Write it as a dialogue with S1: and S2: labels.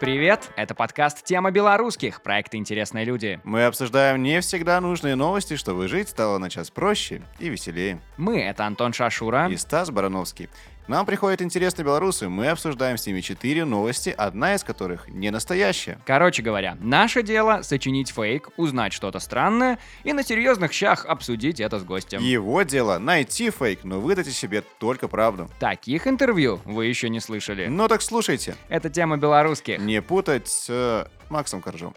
S1: Привет! Это подкаст «Тема белорусских», проект «Интересные люди».
S2: Мы обсуждаем не всегда нужные новости, чтобы жить стало на час проще и веселее.
S1: Мы — это Антон Шашура.
S2: И Стас Барановский. Нам приходят интересные белорусы, мы обсуждаем с ними четыре новости, одна из которых не настоящая.
S1: Короче говоря, наше дело — сочинить фейк, узнать что-то странное и на серьезных щах обсудить это с гостем.
S2: Его дело — найти фейк, но выдайте себе только правду.
S1: Таких интервью вы еще не слышали.
S2: Ну так слушайте,
S1: Это «Тема белорусских».
S2: не путать с э, Максом Коржом.